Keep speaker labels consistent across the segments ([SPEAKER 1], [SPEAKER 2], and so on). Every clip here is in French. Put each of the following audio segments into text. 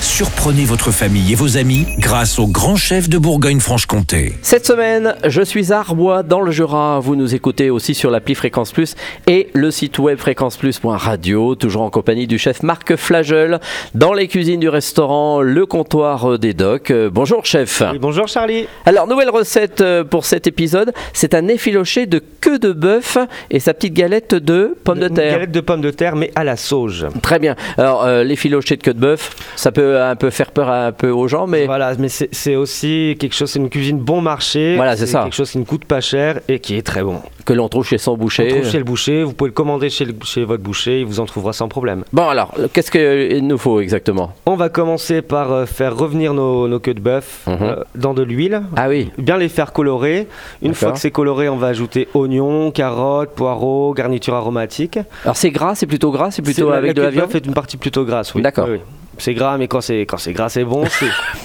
[SPEAKER 1] Surprenez votre famille et vos amis grâce au grand chef de Bourgogne-Franche-Comté.
[SPEAKER 2] Cette semaine, je suis à Arbois dans le Jura. Vous nous écoutez aussi sur l'appli Fréquence Plus et le site web fréquenceplus.radio, toujours en compagnie du chef Marc Flagel dans les cuisines du restaurant Le Comptoir des Docks. Euh, Bonjour chef.
[SPEAKER 3] Oui, bonjour Charlie.
[SPEAKER 2] Alors, nouvelle recette euh, pour cet épisode, c'est un effiloché de queue de bœuf et sa petite galette de pommes de
[SPEAKER 3] Une
[SPEAKER 2] terre.
[SPEAKER 3] galette de pommes de terre, mais à la sauge.
[SPEAKER 2] Très bien. Alors, euh, l'effiloché de queue de bœuf, ça peut euh, un peu faire peur à- un peu aux gens, mais
[SPEAKER 3] Voilà, mais c'est c'est aussi quelque chose, c'est une cuisine bon marché.
[SPEAKER 2] Voilà, c'est ça.
[SPEAKER 3] quelque chose qui ne coûte pas cher et qui est très bon.
[SPEAKER 2] que l'on trouve chez son
[SPEAKER 3] On
[SPEAKER 2] boucher.
[SPEAKER 3] trouve chez le boucher, vous pouvez le commander chez, le- chez votre boucher, il vous en trouvera sans problème.
[SPEAKER 2] Bon, alors, qu'est-ce qu'il nous faut exactement
[SPEAKER 3] On va commencer par euh, faire revenir nos, nos queues de bœuf
[SPEAKER 2] Mhm.
[SPEAKER 3] euh, dans de l'huile.
[SPEAKER 2] Ah oui,
[SPEAKER 3] Bien les faire colorer. Une
[SPEAKER 2] D'accord.
[SPEAKER 3] fois que c'est coloré, on va ajouter oignons, carottes, poireaux, garniture aromatique.
[SPEAKER 2] alors c'est gras, c'est plutôt gras, c'est plutôt
[SPEAKER 3] C'est-
[SPEAKER 2] avec de
[SPEAKER 3] queue
[SPEAKER 2] la viande
[SPEAKER 3] bœuf est une partie plutôt grasse, oui.
[SPEAKER 2] D'accord.
[SPEAKER 3] Oui, oui. C'est gras, mais quand c'est quand c'est gras, c'est bon. c'est-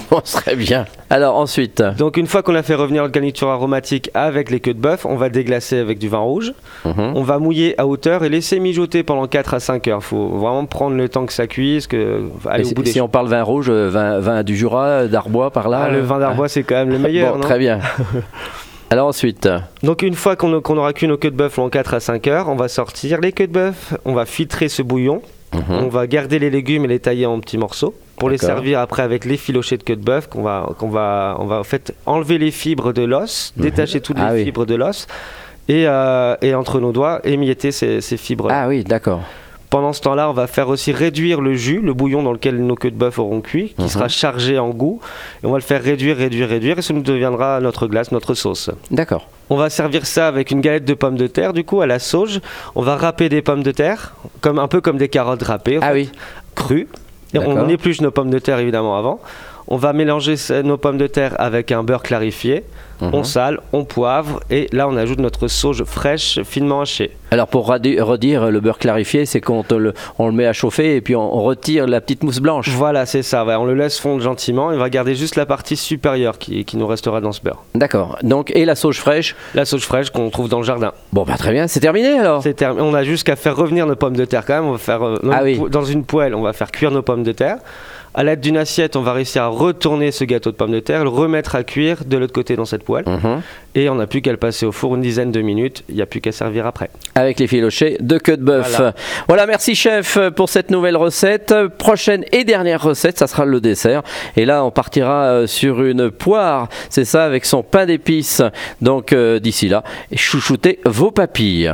[SPEAKER 2] On serait bien. Alors ensuite,
[SPEAKER 3] Donc une fois qu'on a fait revenir la garniture aromatique avec les queues de bœuf, on va déglacer avec du vin rouge.
[SPEAKER 2] mhm,
[SPEAKER 3] On va mouiller à hauteur et laisser mijoter pendant 4 à 5 heures. Faut vraiment prendre le temps que ça cuise, que aller
[SPEAKER 2] et
[SPEAKER 3] au
[SPEAKER 2] si,
[SPEAKER 3] bout des
[SPEAKER 2] si on parle vin rouge, euh, vin, vin du Jura, euh, d'Arbois, par là.
[SPEAKER 3] Ah, le
[SPEAKER 2] euh,
[SPEAKER 3] vin d'arbois, c'est quand même le
[SPEAKER 2] ah,
[SPEAKER 3] meilleur.
[SPEAKER 2] bon,
[SPEAKER 3] non
[SPEAKER 2] très bien. Alors ensuite, euh,
[SPEAKER 3] Donc une fois qu'on qu'on aura cuit nos queues de bœuf en 4 à 5 heures, on va sortir les queues de bœuf, on va filtrer ce bouillon, on va garder les légumes et les tailler en petits morceaux pour les
[SPEAKER 2] Hein D'accord.
[SPEAKER 3] servir après avec les filochets de queue de bœuf qu'on va, qu'on va, on va en fait enlever les fibres de l'os, détacher toutes
[SPEAKER 2] Ah
[SPEAKER 3] les
[SPEAKER 2] oui.
[SPEAKER 3] fibres de l'os et, euh, et entre nos doigts émietter ces, ces fibres.
[SPEAKER 2] ah oui, d'accord.
[SPEAKER 3] Pendant ce temps-là, on va faire aussi réduire le jus, le bouillon dans lequel nos queues de bœuf auront cuit,
[SPEAKER 2] Mhm.
[SPEAKER 3] qui sera chargé en goût. Et on va le faire réduire, réduire, réduire, et ce nous deviendra notre glace, notre sauce.
[SPEAKER 2] D'accord.
[SPEAKER 3] On va servir ça avec une galette de pommes de terre, du coup, à la sauge. On va râper des pommes de terre, comme, un peu comme des carottes râpées, en
[SPEAKER 2] Ah
[SPEAKER 3] fait,
[SPEAKER 2] oui,
[SPEAKER 3] crues. Et
[SPEAKER 2] D'accord.
[SPEAKER 3] on épluche nos pommes de terre, évidemment, avant. On va mélanger ce- nos pommes de terre avec un beurre clarifié.
[SPEAKER 2] Mhm.
[SPEAKER 3] On sale, on poivre, et là, on ajoute notre sauge fraîche, finement hachée.
[SPEAKER 2] alors pour radi- redire, le beurre clarifié, c'est qu'on te le, on le met à chauffer et puis on, on retire la petite mousse blanche.
[SPEAKER 3] Voilà, c'est ça. ouais, On le laisse fondre gentiment et on va garder juste la partie supérieure qui, qui nous restera dans ce beurre.
[SPEAKER 2] D'accord. Donc, et la sauge fraîche
[SPEAKER 3] La sauge fraîche qu'on trouve dans le jardin.
[SPEAKER 2] Bon, bah très bien, c'est terminé alors
[SPEAKER 3] C'est terminé. On a juste qu'à faire revenir nos pommes de terre quand même. On va faire euh, dans,
[SPEAKER 2] Ah
[SPEAKER 3] une
[SPEAKER 2] oui.
[SPEAKER 3] pou- dans une poêle, on va faire cuire nos pommes de terre. À l'aide d'une assiette, on va réussir à retourner ce gâteau de pommes de terre, le remettre à cuire de l'autre côté dans cette poêle.
[SPEAKER 2] Mhm.
[SPEAKER 3] Et on n'a plus qu'à le passer au four une dizaine de minutes. Il n'y a plus qu'à servir après.
[SPEAKER 2] Avec les filochés de queue de bœuf. Voilà.
[SPEAKER 3] Voilà.
[SPEAKER 2] merci chef pour cette nouvelle recette. Prochaine et dernière recette, ça sera le dessert. Et là, on partira euh, sur une poire, c'est ça, avec son pain d'épices. Donc euh, d'ici là, chouchoutez vos papilles.